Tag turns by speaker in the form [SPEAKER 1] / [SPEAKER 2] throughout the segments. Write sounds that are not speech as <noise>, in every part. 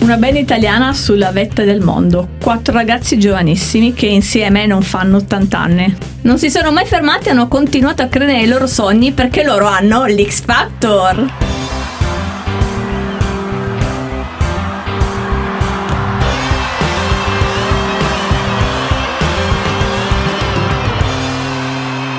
[SPEAKER 1] Una band italiana sulla vetta del mondo. Quattro ragazzi giovanissimi che insieme non fanno 80 anni. Non si sono mai fermati e hanno continuato a credere nei loro sogni perché loro hanno l'X Factor.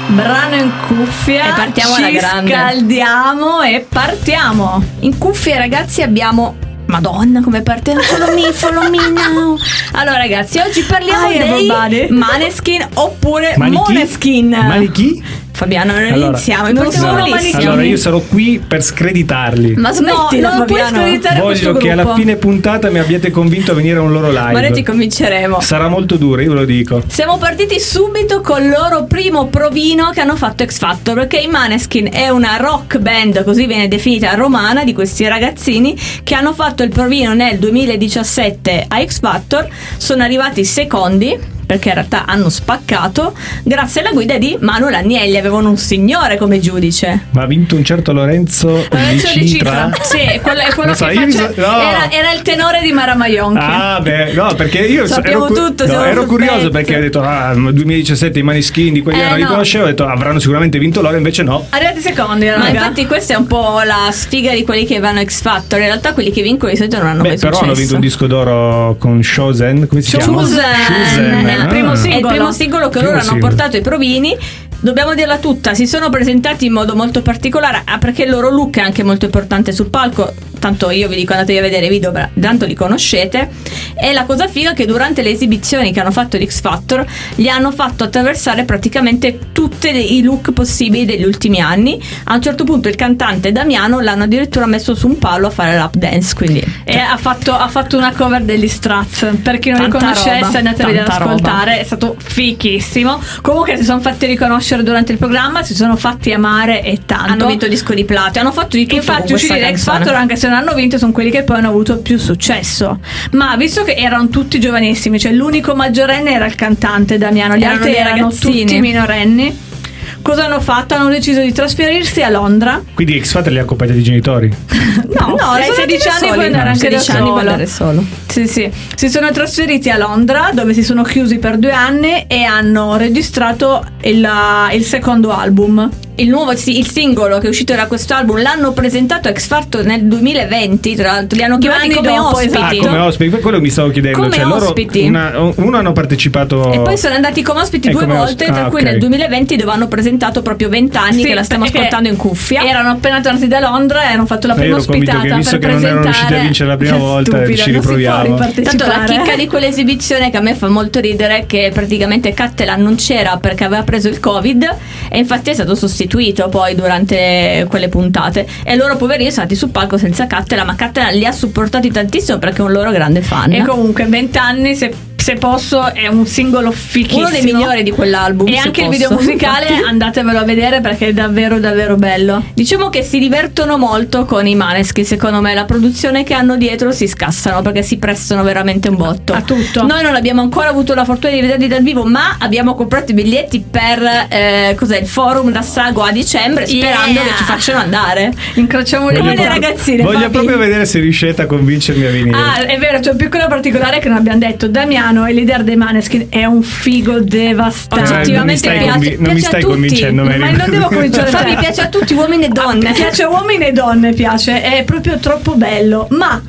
[SPEAKER 1] Brano in cuffia,
[SPEAKER 2] E partiamo
[SPEAKER 1] ci
[SPEAKER 2] alla grande.
[SPEAKER 1] scaldiamo e partiamo. In cuffia ragazzi abbiamo Madonna come partiamo, follow me, follow me now. Allora ragazzi, oggi parliamo
[SPEAKER 2] Hi, everybody.
[SPEAKER 1] dei Maneskin oppure
[SPEAKER 3] Manichi?
[SPEAKER 1] Moneskin.
[SPEAKER 3] Manichi?
[SPEAKER 1] Fabiano, non
[SPEAKER 3] Eh, Allora-
[SPEAKER 1] iniziamo,
[SPEAKER 2] Non
[SPEAKER 1] partiamo
[SPEAKER 2] sono
[SPEAKER 1] lì.
[SPEAKER 2] Manichi.
[SPEAKER 3] Allora io sarò qui per screditarli.
[SPEAKER 1] Ma smettila,
[SPEAKER 2] No, non puoi
[SPEAKER 1] Fabiano.
[SPEAKER 2] screditare questo
[SPEAKER 3] Voglio che
[SPEAKER 2] gruppo.
[SPEAKER 3] alla fine puntata mi abbiate convinto a venire a un loro live.
[SPEAKER 1] Ma noi ti convinceremo.
[SPEAKER 3] Sarà molto duro, io ve lo dico.
[SPEAKER 1] Siamo partiti subito col loro primo provino che hanno fatto X Factor perché i Maneskin è una rock band, così viene definita romana, di questi ragazzini che hanno fatto il provino nel 2017 a X Factor, sono arrivati secondi perché in realtà hanno spaccato grazie alla guida di Manuel Agnelli, avevano un signore come giudice.
[SPEAKER 3] Ma ha vinto un certo Lorenzo
[SPEAKER 2] Lorenzo
[SPEAKER 3] di
[SPEAKER 2] Di
[SPEAKER 3] Cintra?
[SPEAKER 2] Cintra.
[SPEAKER 1] Sì, è quello, è quello
[SPEAKER 3] Lo
[SPEAKER 1] che
[SPEAKER 3] so, io mi
[SPEAKER 1] faceva-
[SPEAKER 3] so- no.
[SPEAKER 1] era, era il tenore di Mara Maionchi.
[SPEAKER 3] Ah, beh, no, perché io
[SPEAKER 1] Sappiamo
[SPEAKER 3] ero, cu-
[SPEAKER 1] tutto,
[SPEAKER 3] no,
[SPEAKER 1] siamo
[SPEAKER 3] ero
[SPEAKER 1] sul
[SPEAKER 3] curioso
[SPEAKER 1] pezzo.
[SPEAKER 3] perché ho detto, ah, 2017 i Maneskin di quegli
[SPEAKER 1] Eh,
[SPEAKER 3] anni li
[SPEAKER 1] no.
[SPEAKER 3] conoscevo, ho detto avranno sicuramente vinto loro, invece no.
[SPEAKER 1] Arrivati secondi,
[SPEAKER 2] raga.
[SPEAKER 1] Ma infatti questa è un po' la sfiga di quelli che vanno a X Factor. In realtà quelli che vincono di solito non hanno
[SPEAKER 3] Beh,
[SPEAKER 1] mai
[SPEAKER 3] però hanno
[SPEAKER 1] successo.
[SPEAKER 3] vinto un disco d'oro con Shosen, come si chiama?
[SPEAKER 1] Susan,
[SPEAKER 3] ah.
[SPEAKER 1] è il primo singolo, è il primo singolo che
[SPEAKER 3] Primo
[SPEAKER 1] loro hanno
[SPEAKER 3] singolo.
[SPEAKER 1] portato ai provini. Dobbiamo dirla tutta, si sono presentati in modo molto particolare, ah, perché il loro look è anche molto importante sul palco. Tanto io vi dico andatevi a vedere i video, bra- tanto li conoscete. E la cosa figa è che durante le esibizioni che hanno fatto di X Factor gli hanno fatto attraversare praticamente tutti i look possibili degli ultimi anni. A un certo punto il cantante Damiano l'hanno addirittura messo su un palo a fare lap dance. Quindi
[SPEAKER 2] E eh, ha fatto, ha fatto una cover degli Strats. Per chi non
[SPEAKER 1] Tanta
[SPEAKER 2] li conoscesse,
[SPEAKER 1] roba,
[SPEAKER 2] andatevi ad
[SPEAKER 1] tanta
[SPEAKER 2] ascoltare. È stato fichissimo. Comunque, si sono fatti riconoscere durante il programma, si sono fatti amare e tanto.
[SPEAKER 1] hanno vinto disco di platino, hanno fatto di tutto con
[SPEAKER 2] Infatti,
[SPEAKER 1] questa
[SPEAKER 2] uscire X
[SPEAKER 1] canzone.
[SPEAKER 2] Factor, anche se non hanno vinto, sono quelli che poi hanno avuto più successo. Ma visto che erano tutti giovanissimi, cioè l'unico maggiorenne era il cantante Damiano, gli
[SPEAKER 1] Erano
[SPEAKER 2] altri
[SPEAKER 1] dei
[SPEAKER 2] erano
[SPEAKER 1] ragazzini.
[SPEAKER 2] tutti minorenni. Cosa hanno fatto? Hanno deciso di trasferirsi a Londra.
[SPEAKER 3] Quindi X Factor li ha accompagnati i genitori.
[SPEAKER 1] No,
[SPEAKER 2] No, hai
[SPEAKER 1] sono andati
[SPEAKER 2] 16
[SPEAKER 1] da
[SPEAKER 2] anni
[SPEAKER 1] soli.
[SPEAKER 2] puoi andare anche da
[SPEAKER 1] 16 anni puoi
[SPEAKER 2] solo.
[SPEAKER 1] andare solo.
[SPEAKER 2] Sì, sì. Si sono trasferiti a Londra dove si sono chiusi per due anni e hanno registrato il, eh, il secondo album.
[SPEAKER 1] Il nuovo sì, il singolo che è uscito da questo album l'hanno presentato a X Factor nel 2020, tra l'altro li hanno
[SPEAKER 2] Due
[SPEAKER 1] chiamati
[SPEAKER 2] anni
[SPEAKER 1] come
[SPEAKER 2] dopo, esatto.
[SPEAKER 1] ospiti.
[SPEAKER 3] Ah, come ospiti, per quello mi stavo chiedendo.
[SPEAKER 1] Come
[SPEAKER 3] cioè, loro
[SPEAKER 1] ospiti?
[SPEAKER 3] una- uno hanno partecipato.
[SPEAKER 1] E poi sono andati come ospiti
[SPEAKER 3] E
[SPEAKER 1] due
[SPEAKER 3] come
[SPEAKER 1] volte,
[SPEAKER 3] ospiti.
[SPEAKER 1] tra
[SPEAKER 3] Ah,
[SPEAKER 1] cui
[SPEAKER 3] ok.
[SPEAKER 1] nel 2020 dove hanno presentato proprio 20 anni
[SPEAKER 2] Sì, eh,
[SPEAKER 1] che la stiamo
[SPEAKER 2] perché
[SPEAKER 1] ascoltando in cuffia.
[SPEAKER 2] Erano appena tornati da Londra e hanno fatto la
[SPEAKER 3] Ma
[SPEAKER 2] prima
[SPEAKER 3] io ero convinto
[SPEAKER 2] ospitata
[SPEAKER 3] che visto
[SPEAKER 2] per
[SPEAKER 3] che non erano riusciti a
[SPEAKER 2] presentare-
[SPEAKER 3] vincere la prima volta,
[SPEAKER 2] Stupido, non
[SPEAKER 3] ci
[SPEAKER 2] si può
[SPEAKER 3] riproviamo.
[SPEAKER 2] ripartecipare.
[SPEAKER 1] Tanto la chicca di quell'esibizione che a me fa molto ridere è che praticamente Cattela non c'era perché aveva preso il covid e infatti è stato sostituito poi durante quelle puntate e loro poverini sono andati sul palco senza Cattela ma Cattela li ha supportati tantissimo perché è un loro grande fan.
[SPEAKER 2] E comunque 20 anni se, se posso è un singolo fichissimo.
[SPEAKER 1] Uno dei migliori di quell'album.
[SPEAKER 2] E
[SPEAKER 1] se
[SPEAKER 2] anche il
[SPEAKER 1] posso.
[SPEAKER 2] video musicale
[SPEAKER 1] Infatti.
[SPEAKER 2] andatevelo a vedere perché è davvero davvero bello.
[SPEAKER 1] Diciamo che si divertono molto con i Maneschi, secondo me la produzione che hanno dietro si scassano perché si prestano veramente un botto.
[SPEAKER 2] A tutto.
[SPEAKER 1] Noi non abbiamo ancora avuto la fortuna di vederli dal vivo, ma abbiamo comprato i biglietti per eh, cos'è, il forum da Sago a dicembre, sperando
[SPEAKER 2] Yeah.
[SPEAKER 1] che ci facciano andare. Cioè,
[SPEAKER 2] Incrociamo le
[SPEAKER 1] Voglio
[SPEAKER 2] dita.
[SPEAKER 1] le proprio- ragazzine,
[SPEAKER 3] voglio
[SPEAKER 1] Fabi.
[SPEAKER 3] proprio vedere se riuscite a convincermi a venire.
[SPEAKER 2] Ah, è vero, c'è un piccolo particolare che non abbiamo detto. Damiano, il leader dei Maneskin, è un figo
[SPEAKER 3] Eh,
[SPEAKER 2] devastante.
[SPEAKER 3] non mi stai,
[SPEAKER 1] piace-
[SPEAKER 3] convi- non mi
[SPEAKER 1] piace a
[SPEAKER 3] stai
[SPEAKER 1] tutti.
[SPEAKER 3] convincendo, Mary.
[SPEAKER 2] Ma non devo cominciare da
[SPEAKER 1] Fabi
[SPEAKER 2] te.
[SPEAKER 1] piace a tutti, uomini e donne.
[SPEAKER 2] Ah, piace a uomini e donne, piace, è proprio troppo bello. Ma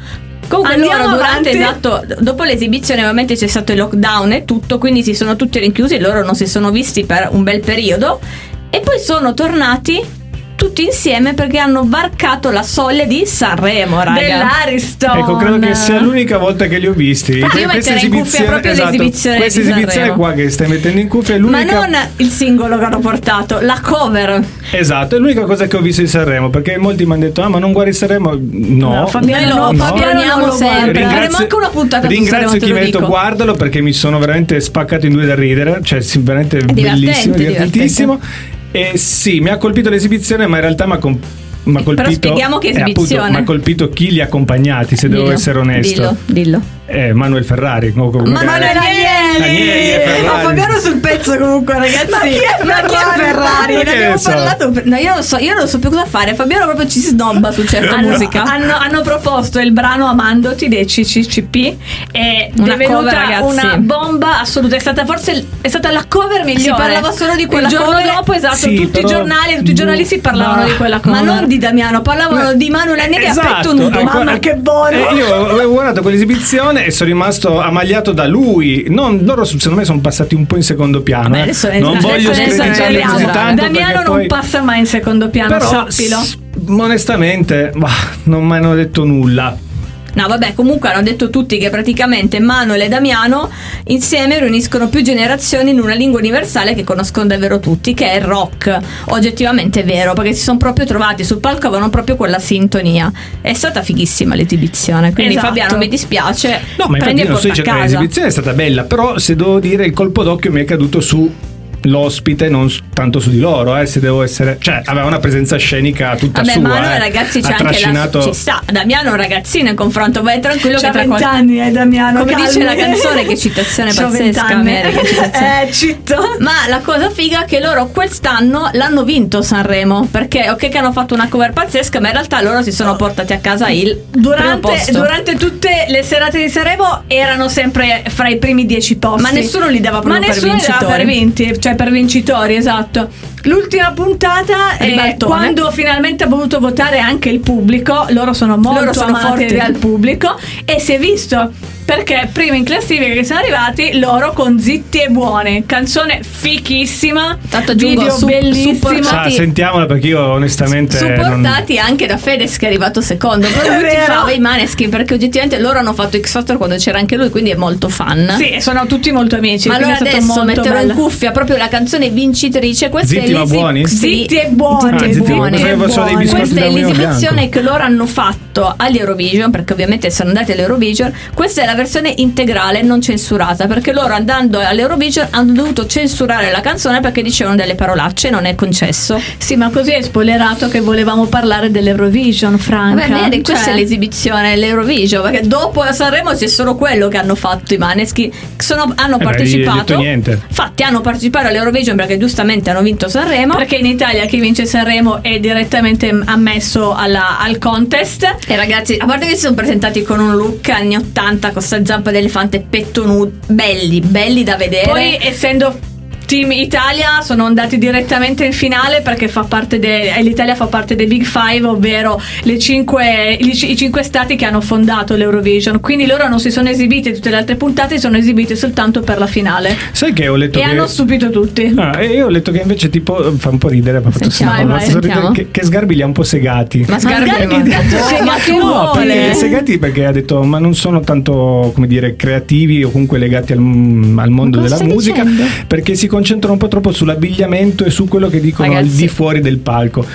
[SPEAKER 1] Comunque
[SPEAKER 2] andiamo
[SPEAKER 1] loro durante,
[SPEAKER 2] avanti.
[SPEAKER 1] esatto, dopo l'esibizione ovviamente c'è stato il lockdown e tutto, quindi si sono tutti rinchiusi, loro non si sono visti per un bel periodo e poi sono tornati tutti insieme perché hanno varcato la soglia di Sanremo, raga.
[SPEAKER 2] dell'Ariston.
[SPEAKER 3] <laughs> Ecco, credo che sia l'unica volta che li ho visti.
[SPEAKER 1] Infatti io
[SPEAKER 3] Questa
[SPEAKER 1] metterei in cuffia
[SPEAKER 3] esibizione-
[SPEAKER 1] proprio
[SPEAKER 3] esatto,
[SPEAKER 1] l'esibizione
[SPEAKER 3] Questa
[SPEAKER 1] di
[SPEAKER 3] esibizione
[SPEAKER 1] Sanremo.
[SPEAKER 3] qua che stai mettendo in cuffia è
[SPEAKER 1] Ma
[SPEAKER 3] l'unica.
[SPEAKER 1] non il singolo che hanno portato, la cover.
[SPEAKER 3] Esatto, è l'unica cosa che ho visto di Sanremo. Perché molti mi hanno detto: Ah, ma non guardi Sanremo? No,
[SPEAKER 2] No, Fabiano,
[SPEAKER 1] Noi lo
[SPEAKER 2] no,
[SPEAKER 1] pagoniamo
[SPEAKER 2] Fabiano non lo
[SPEAKER 1] sempre.
[SPEAKER 2] guarda.
[SPEAKER 1] Faremo Eh, anche una puntata su Sanremo, te
[SPEAKER 3] Ringrazio chi
[SPEAKER 1] lo
[SPEAKER 3] mi ha detto
[SPEAKER 1] dico.
[SPEAKER 3] guardalo perché mi sono veramente spaccato in due da ridere. Cioè, sì, veramente bellissimo,
[SPEAKER 1] divertente,
[SPEAKER 3] divertentissimo. E sì, mi ha colpito l'esibizione, ma in realtà mi ha com- mi ha
[SPEAKER 1] Però
[SPEAKER 3] colpito,
[SPEAKER 1] spieghiamo che
[SPEAKER 3] eh, appunto,
[SPEAKER 1] esibizione.
[SPEAKER 3] mi ha colpito chi li ha accompagnati, se devo
[SPEAKER 1] Dillo,
[SPEAKER 3] essere onesto.
[SPEAKER 1] Dillo, dillo.
[SPEAKER 3] è Manuel Ferrari. o comunque-
[SPEAKER 1] Manuel
[SPEAKER 3] eh, Agnelli e Ferrari.
[SPEAKER 2] Ma Fabiano sul pezzo comunque, ragazzi.
[SPEAKER 1] Ma chi è
[SPEAKER 2] Ma chi è
[SPEAKER 1] Ferrari?
[SPEAKER 2] Ferrari?
[SPEAKER 1] Ne
[SPEAKER 3] Che
[SPEAKER 1] abbiamo
[SPEAKER 3] ne so?
[SPEAKER 1] parlato. per- No, io non so, io non so più cosa fare. Fabiano proprio ci snobba su certa
[SPEAKER 2] Hanno,
[SPEAKER 1] musica.
[SPEAKER 2] hanno- hanno proposto il brano Amandoti dei CCCP e
[SPEAKER 1] Una
[SPEAKER 2] è venuta
[SPEAKER 1] cover, ragazzi.
[SPEAKER 2] una bomba assoluta. È stata forse è stata la cover migliore.
[SPEAKER 1] parlava solo di quella
[SPEAKER 2] Il giorno
[SPEAKER 1] cover.
[SPEAKER 2] dopo, esatto,
[SPEAKER 3] Sì,
[SPEAKER 2] tutti
[SPEAKER 3] però- boh.
[SPEAKER 2] i giornali, tutti i giornalisti parlavano
[SPEAKER 3] Ma-
[SPEAKER 2] di quella
[SPEAKER 1] Ma
[SPEAKER 2] cover.
[SPEAKER 1] non di Damiano, parlavano di Manuel Agnelli a petto nudo.
[SPEAKER 3] Esatto, ancora-
[SPEAKER 1] Mamma che buono!
[SPEAKER 3] Eh, io avevo guardato quell'esibizione e sono rimasto amagliato da lui. Non, loro secondo me sono passati un po' in secondo piano.
[SPEAKER 1] Beh,
[SPEAKER 3] eh.
[SPEAKER 1] adesso ne-
[SPEAKER 3] non
[SPEAKER 1] adesso
[SPEAKER 3] voglio
[SPEAKER 1] ne
[SPEAKER 3] screditarli
[SPEAKER 1] parliamo.
[SPEAKER 3] così tanto.
[SPEAKER 2] Damiano
[SPEAKER 3] perché
[SPEAKER 2] non
[SPEAKER 3] poi-
[SPEAKER 2] passa mai in secondo piano,
[SPEAKER 3] Però,
[SPEAKER 2] sappilo.
[SPEAKER 3] s- onestamente, bah, non mi hanno detto nulla.
[SPEAKER 1] No, vabbè, comunque hanno detto tutti che praticamente Manuel e Damiano insieme riuniscono più generazioni in una lingua universale che conoscono davvero tutti, che è il rock. Oggettivamente è vero, perché si sono proprio trovati sul palco, avevano proprio quella sintonia. È stata fighissima l'esibizione, quindi
[SPEAKER 2] Esatto.
[SPEAKER 1] Fabiano mi dispiace,
[SPEAKER 3] No, ma
[SPEAKER 1] prendi
[SPEAKER 3] infatti
[SPEAKER 1] e
[SPEAKER 3] non
[SPEAKER 1] porta
[SPEAKER 3] sto
[SPEAKER 1] a
[SPEAKER 3] dicendo che
[SPEAKER 1] casa.
[SPEAKER 3] l'esibizione è stata bella, però se devo dire il colpo d'occhio mi è caduto su l'ospite, non s- tanto su di loro, eh, se devo essere... Cioè, aveva una presenza scenica tutta
[SPEAKER 1] Vabbè,
[SPEAKER 3] sua.
[SPEAKER 1] Manuel
[SPEAKER 3] eh.
[SPEAKER 1] ragazzi c'è
[SPEAKER 3] ha
[SPEAKER 1] anche la...
[SPEAKER 3] trascinato...
[SPEAKER 1] Ci sta, Damiano è un ragazzino in confronto, vai tranquillo
[SPEAKER 2] C'ha
[SPEAKER 1] che tra qualche...
[SPEAKER 2] vent'anni, eh, Damiano.
[SPEAKER 1] Come
[SPEAKER 2] calmi.
[SPEAKER 1] dice la canzone, che citazione
[SPEAKER 2] C'ho
[SPEAKER 1] pazzesca,
[SPEAKER 2] vent'anni.
[SPEAKER 1] Mary, che citazione.
[SPEAKER 2] <laughs> Eh, citto.
[SPEAKER 1] <laughs> Ma la cosa figa è che loro quest'anno l'hanno vinto Sanremo perché ok che hanno fatto una cover pazzesca ma in realtà loro si sono portati a casa il primo
[SPEAKER 2] Durante,
[SPEAKER 1] posto.
[SPEAKER 2] durante tutte le serate di Sanremo erano sempre fra i primi dieci posti.
[SPEAKER 1] Ma nessuno li dava
[SPEAKER 2] Ma
[SPEAKER 1] proprio per
[SPEAKER 2] nessuno li dava
[SPEAKER 1] vincitori.
[SPEAKER 2] per vinti, cioè per vincitori, esatto. L'ultima puntata è
[SPEAKER 1] Ribaltone.
[SPEAKER 2] quando finalmente ha voluto votare anche il pubblico. Loro sono molto
[SPEAKER 1] Loro sono
[SPEAKER 2] amati
[SPEAKER 1] forti.
[SPEAKER 2] dal pubblico e si è visto perché prima in classifica che sono arrivati loro con Zitti e Buone, canzone fichissima,
[SPEAKER 1] Tanto aggiungo,
[SPEAKER 2] video
[SPEAKER 1] su- eh?
[SPEAKER 2] bellissimo.
[SPEAKER 1] supportati-
[SPEAKER 3] Sa, sentiamola perché io onestamente... non-
[SPEAKER 1] Supportati anche da Fedez che è arrivato secondo, però lui ti
[SPEAKER 2] Vero.
[SPEAKER 1] fa i maneschi perché oggettivamente loro hanno fatto X Factor quando c'era anche lui, quindi è molto fan.
[SPEAKER 2] Sì, e sono tutti molto amici.
[SPEAKER 1] Ma
[SPEAKER 2] quindi
[SPEAKER 1] allora
[SPEAKER 2] è stato
[SPEAKER 1] adesso
[SPEAKER 2] molto
[SPEAKER 1] metterò in
[SPEAKER 2] bello.
[SPEAKER 1] cuffia proprio la canzone vincitrice, questa
[SPEAKER 3] Zitti
[SPEAKER 1] è
[SPEAKER 3] ma
[SPEAKER 1] l'esi-
[SPEAKER 3] buoni?
[SPEAKER 1] sì.
[SPEAKER 2] Zitti e buoni.
[SPEAKER 3] Ah, zitti e
[SPEAKER 1] buoni.
[SPEAKER 3] Pensavo fossero dei biscotti
[SPEAKER 1] Questa è
[SPEAKER 3] da mulino
[SPEAKER 1] l'esibizione che loro hanno fatto agli Eurovision, perché ovviamente sono andati all'Eurovision. Questa è la versione integrale, non censurata, perché loro andando all'Eurovision hanno dovuto censurare la canzone perché dicevano delle parolacce, non è concesso.
[SPEAKER 2] Sì, ma così è spoilerato che volevamo parlare dell'Eurovision, Franca. Cioè,
[SPEAKER 1] Vabbè, vedi, questa è l'esibizione all'Eurovision, perché dopo a Sanremo c'è solo quello che hanno fatto i Maneschi. Sono- hanno
[SPEAKER 3] Eh, non gli hai detto
[SPEAKER 1] partecipato.
[SPEAKER 3] niente.
[SPEAKER 1] Infatti hanno partecipato all'Eurovision perché giustamente hanno vinto Sanremo.
[SPEAKER 2] Perché in Italia chi vince Sanremo è direttamente ammesso alla- al contest.
[SPEAKER 1] E ragazzi, a parte che si sono presentati con un look anni 80 con sta zampa d'elefante e petto nudo, belli, belli da vedere.
[SPEAKER 2] Poi, essendo Team Italia, sono andati direttamente in finale perché fa parte de- eh, l'Italia fa parte dei Big Five, ovvero le cinque- gli ci- i cinque stati che hanno fondato l'Eurovision. Quindi loro non si sono esibiti, tutte le altre puntate si sono esibite soltanto per la finale.
[SPEAKER 3] Sai che ho letto
[SPEAKER 2] E
[SPEAKER 3] che...
[SPEAKER 2] hanno stupito tutti.
[SPEAKER 3] Ah, e io ho letto che invece tipo eh, fa un po' ridere, mi ha fatto
[SPEAKER 1] Sentiamo,
[SPEAKER 3] strano, mi ha
[SPEAKER 1] vai,
[SPEAKER 3] fatto
[SPEAKER 1] sentiamo.
[SPEAKER 3] ridere che, che sgarbi li ha un po' segati.
[SPEAKER 1] ma
[SPEAKER 2] Sgarbi-
[SPEAKER 1] sgarbi,
[SPEAKER 2] ma-
[SPEAKER 1] ma che vuole?
[SPEAKER 3] perché segati perché ha detto ma non sono tanto come dire creativi o comunque legati al, mm, al mondo
[SPEAKER 1] Ma cosa
[SPEAKER 3] della
[SPEAKER 1] stai
[SPEAKER 3] musica
[SPEAKER 1] dicendo?
[SPEAKER 3] perché si concentrano un po' troppo sull'abbigliamento e su quello che dicono al
[SPEAKER 1] Ragazzi.
[SPEAKER 3] di fuori del palco.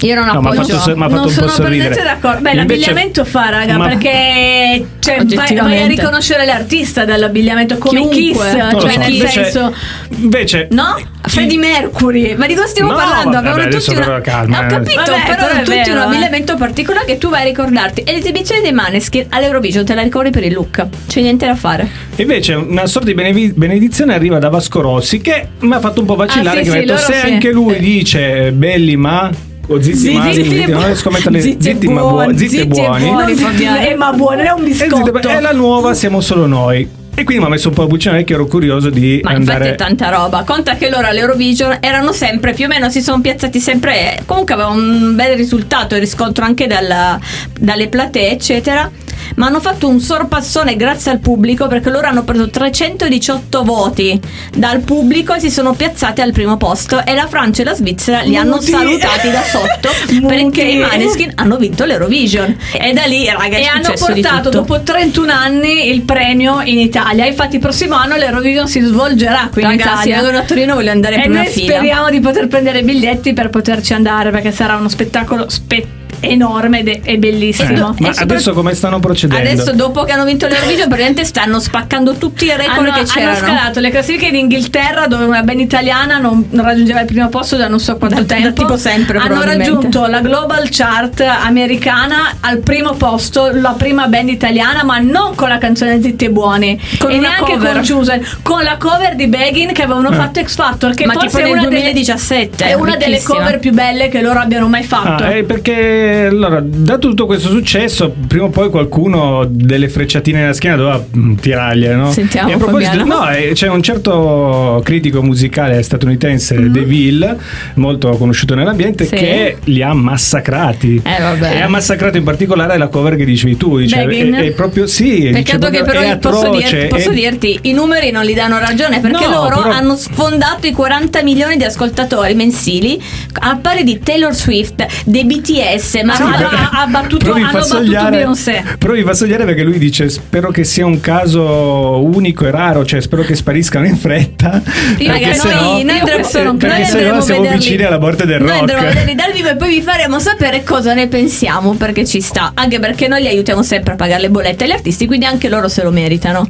[SPEAKER 1] Io non
[SPEAKER 3] No, ma ha
[SPEAKER 1] appoggio.
[SPEAKER 3] fatto se- ma- ha
[SPEAKER 2] non
[SPEAKER 3] fatto un
[SPEAKER 2] sono
[SPEAKER 3] po'
[SPEAKER 2] per niente
[SPEAKER 3] sorridere.
[SPEAKER 2] d'accordo. Beh,
[SPEAKER 3] Invece-
[SPEAKER 2] l'abbigliamento fa, raga,
[SPEAKER 3] ma-
[SPEAKER 2] perché cioè, vai- vai, a
[SPEAKER 1] Oggettivamente.
[SPEAKER 2] riconoscere l'artista dall'abbigliamento come
[SPEAKER 1] Chiunque.
[SPEAKER 2] Kiss,
[SPEAKER 1] Non
[SPEAKER 3] Non lo
[SPEAKER 2] cioè
[SPEAKER 3] so,
[SPEAKER 2] nel
[SPEAKER 3] invece,
[SPEAKER 2] senso
[SPEAKER 3] invece
[SPEAKER 1] No? Freddie Mercury, ma di cosa stiamo
[SPEAKER 3] No,
[SPEAKER 1] parlando?
[SPEAKER 3] vabbè,
[SPEAKER 1] Avevano
[SPEAKER 3] adesso
[SPEAKER 1] tutti
[SPEAKER 3] però calma,
[SPEAKER 1] Ho
[SPEAKER 3] eh.
[SPEAKER 1] capito,
[SPEAKER 2] Vabbè,
[SPEAKER 1] però,
[SPEAKER 2] però è
[SPEAKER 1] tutti
[SPEAKER 2] vero,
[SPEAKER 1] un
[SPEAKER 2] eh.
[SPEAKER 1] abbigliamento particolare che tu vai a ricordarti. E l'esibizione dei Maneskin all'Eurovision te la ricordi per il look. C'è niente da fare.
[SPEAKER 3] Invece una sorta di benevi- benedizione arriva da Vasco Rossi che mi ha fatto un po' vacillare
[SPEAKER 2] Ah, sì,
[SPEAKER 3] che mi ha
[SPEAKER 2] sì,
[SPEAKER 3] detto
[SPEAKER 2] loro
[SPEAKER 3] se
[SPEAKER 2] sì.
[SPEAKER 3] anche lui dice belli ma o zitti,
[SPEAKER 2] Zitti,
[SPEAKER 3] ma
[SPEAKER 2] zitti,
[SPEAKER 3] zitti,
[SPEAKER 2] bu-
[SPEAKER 3] non riesco a metterle
[SPEAKER 2] zitti e
[SPEAKER 3] zitti ma
[SPEAKER 2] buoni,
[SPEAKER 3] buoni, zitti e
[SPEAKER 2] zitti e
[SPEAKER 3] buoni.
[SPEAKER 2] buoni.
[SPEAKER 1] Buoni,
[SPEAKER 2] Non
[SPEAKER 1] Fabiano.
[SPEAKER 2] zitti- eh, ma buono, è un
[SPEAKER 3] E zitti,
[SPEAKER 2] biscotto.
[SPEAKER 3] È la nuova siamo solo noi. E quindi mi ha messo un po' a bucina che ero curioso di
[SPEAKER 1] Ma
[SPEAKER 3] andare
[SPEAKER 1] infatti è tanta roba. Conta che loro all'Eurovision erano sempre più o meno si sono piazzati sempre. eh, Comunque aveva un bel risultato e riscontro anche dalla- dalle platee, eccetera. Ma hanno fatto un sorpassone grazie al pubblico perché loro hanno preso 318 voti dal pubblico e si sono piazzati al primo posto. E la Francia e la Svizzera li hanno
[SPEAKER 2] Muti.
[SPEAKER 1] salutati da sotto perché
[SPEAKER 2] Muti.
[SPEAKER 1] i Maneskin hanno vinto l'Eurovision. E da lì, ragazzi,
[SPEAKER 2] e hanno portato dopo 31 anni il premio in Italia. Infatti, il prossimo anno l'Eurovision si svolgerà qui
[SPEAKER 1] Ragazzi,
[SPEAKER 2] in Italia.
[SPEAKER 1] vengono a Torino, voglio andare in
[SPEAKER 2] e
[SPEAKER 1] prima
[SPEAKER 2] noi
[SPEAKER 1] fila.
[SPEAKER 2] speriamo di poter prendere i biglietti per poterci andare perché sarà uno spettacolo spe- enorme ed è, è
[SPEAKER 1] Eh,
[SPEAKER 2] bellissimo.
[SPEAKER 1] no,
[SPEAKER 3] Ma
[SPEAKER 1] e sopra-
[SPEAKER 3] adesso come stanno procedendo?
[SPEAKER 1] Adesso, dopo che hanno vinto l'Eurovision, praticamente stanno spaccando tutti i record
[SPEAKER 2] Hanno,
[SPEAKER 1] che
[SPEAKER 2] hanno
[SPEAKER 1] c'erano.
[SPEAKER 2] scalato le classifiche in Inghilterra dove una band italiana non, non raggiungeva il primo posto da non so quanto
[SPEAKER 1] Da- da
[SPEAKER 2] tempo.
[SPEAKER 1] tipo sempre,
[SPEAKER 2] hanno
[SPEAKER 1] probabilmente.
[SPEAKER 2] raggiunto la global chart americana al primo posto, la prima band italiana, ma non con la canzone Zitti e Buoni.
[SPEAKER 1] Con
[SPEAKER 2] e
[SPEAKER 1] una
[SPEAKER 2] neanche
[SPEAKER 1] cover.
[SPEAKER 2] con Chosen, con la cover di Begin che avevano
[SPEAKER 3] Eh.
[SPEAKER 2] fatto X Factor, che
[SPEAKER 1] Ma
[SPEAKER 2] forse
[SPEAKER 1] tipo
[SPEAKER 2] è
[SPEAKER 1] nel
[SPEAKER 2] una delle-
[SPEAKER 1] 2017.
[SPEAKER 2] è una delle
[SPEAKER 1] ricchissima.
[SPEAKER 2] cover più belle che loro abbiano mai fatto.
[SPEAKER 1] Esatto.
[SPEAKER 3] Ah, eh, perché allora, dato tutto questo successo, prima o poi qualcuno delle frecciatine nella schiena doveva mm, tirargliele, no?
[SPEAKER 1] Sentiamo,
[SPEAKER 3] E a proposito,
[SPEAKER 1] Fabiano.
[SPEAKER 3] no, eh, c'è un certo critico musicale statunitense, DeVille, molto conosciuto nell'ambiente,
[SPEAKER 1] Mm-hmm. Sì.
[SPEAKER 3] che li ha massacrati.
[SPEAKER 1] Eh, vabbè.
[SPEAKER 3] E ha massacrato in particolare la cover che dicevi tu. Dice,
[SPEAKER 2] Begin.
[SPEAKER 3] è, è proprio sì. dice
[SPEAKER 1] Peccato
[SPEAKER 3] proprio,
[SPEAKER 1] che però
[SPEAKER 3] è
[SPEAKER 1] io posso,
[SPEAKER 3] atroce,
[SPEAKER 1] dir-
[SPEAKER 3] è-
[SPEAKER 1] posso dirti, i numeri non li danno ragione perché
[SPEAKER 3] No,
[SPEAKER 1] loro
[SPEAKER 3] però-
[SPEAKER 1] hanno sfondato i 40 milioni di ascoltatori mensili a pari di Taylor Swift, dei BTS, ma
[SPEAKER 2] Sì,
[SPEAKER 1] no,
[SPEAKER 2] però-
[SPEAKER 1] Eh, ha- ha battuto
[SPEAKER 2] Provi-
[SPEAKER 1] hanno battuto
[SPEAKER 3] sfogliare-
[SPEAKER 2] Beyoncé.
[SPEAKER 3] provi a far sfogliare perché lui dice spero che sia un caso unico e raro, cioè spero che spariscano in fretta. perché
[SPEAKER 1] Raga,
[SPEAKER 3] se no,
[SPEAKER 1] noi, noi andremo,
[SPEAKER 3] perché
[SPEAKER 1] noi
[SPEAKER 3] perché se
[SPEAKER 1] andremo
[SPEAKER 3] no
[SPEAKER 1] a
[SPEAKER 3] siamo
[SPEAKER 1] vederli-
[SPEAKER 3] vicini alla morte del
[SPEAKER 1] Noi andremo a
[SPEAKER 3] rock.
[SPEAKER 1] vederli dal vivo e poi vi faremo sapere cosa ne pensiamo perché ci sta, anche perché noi li aiutiamo sempre a pagare le bollette agli artisti, quindi anche loro se lo meritano.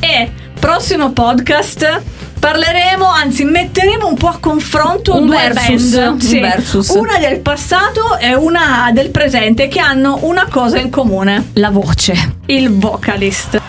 [SPEAKER 2] E prossimo podcast parleremo, anzi metteremo un po' a confronto
[SPEAKER 1] Un
[SPEAKER 2] due
[SPEAKER 1] versus,
[SPEAKER 2] band,
[SPEAKER 1] un versus.
[SPEAKER 2] una del passato e una del presente che hanno una cosa in comune,
[SPEAKER 1] La voce.
[SPEAKER 2] il vocalist.